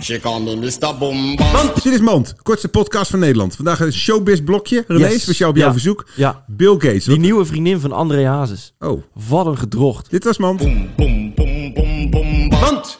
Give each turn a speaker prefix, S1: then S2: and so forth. S1: She call me Mr. Bombast.
S2: Dit is Mand, kortste podcast van Nederland. Vandaag een showbiz blokje. René,
S3: Yes.
S2: speciaal op jouw
S3: Ja.
S2: verzoek.
S3: Ja.
S2: Bill Gates.
S3: Die
S2: Wat-
S3: nieuwe vriendin van André Hazes.
S2: Oh,
S3: Wat een gedrocht.
S2: dit was Mand.
S1: Boom, boom, boom, boom, bombast.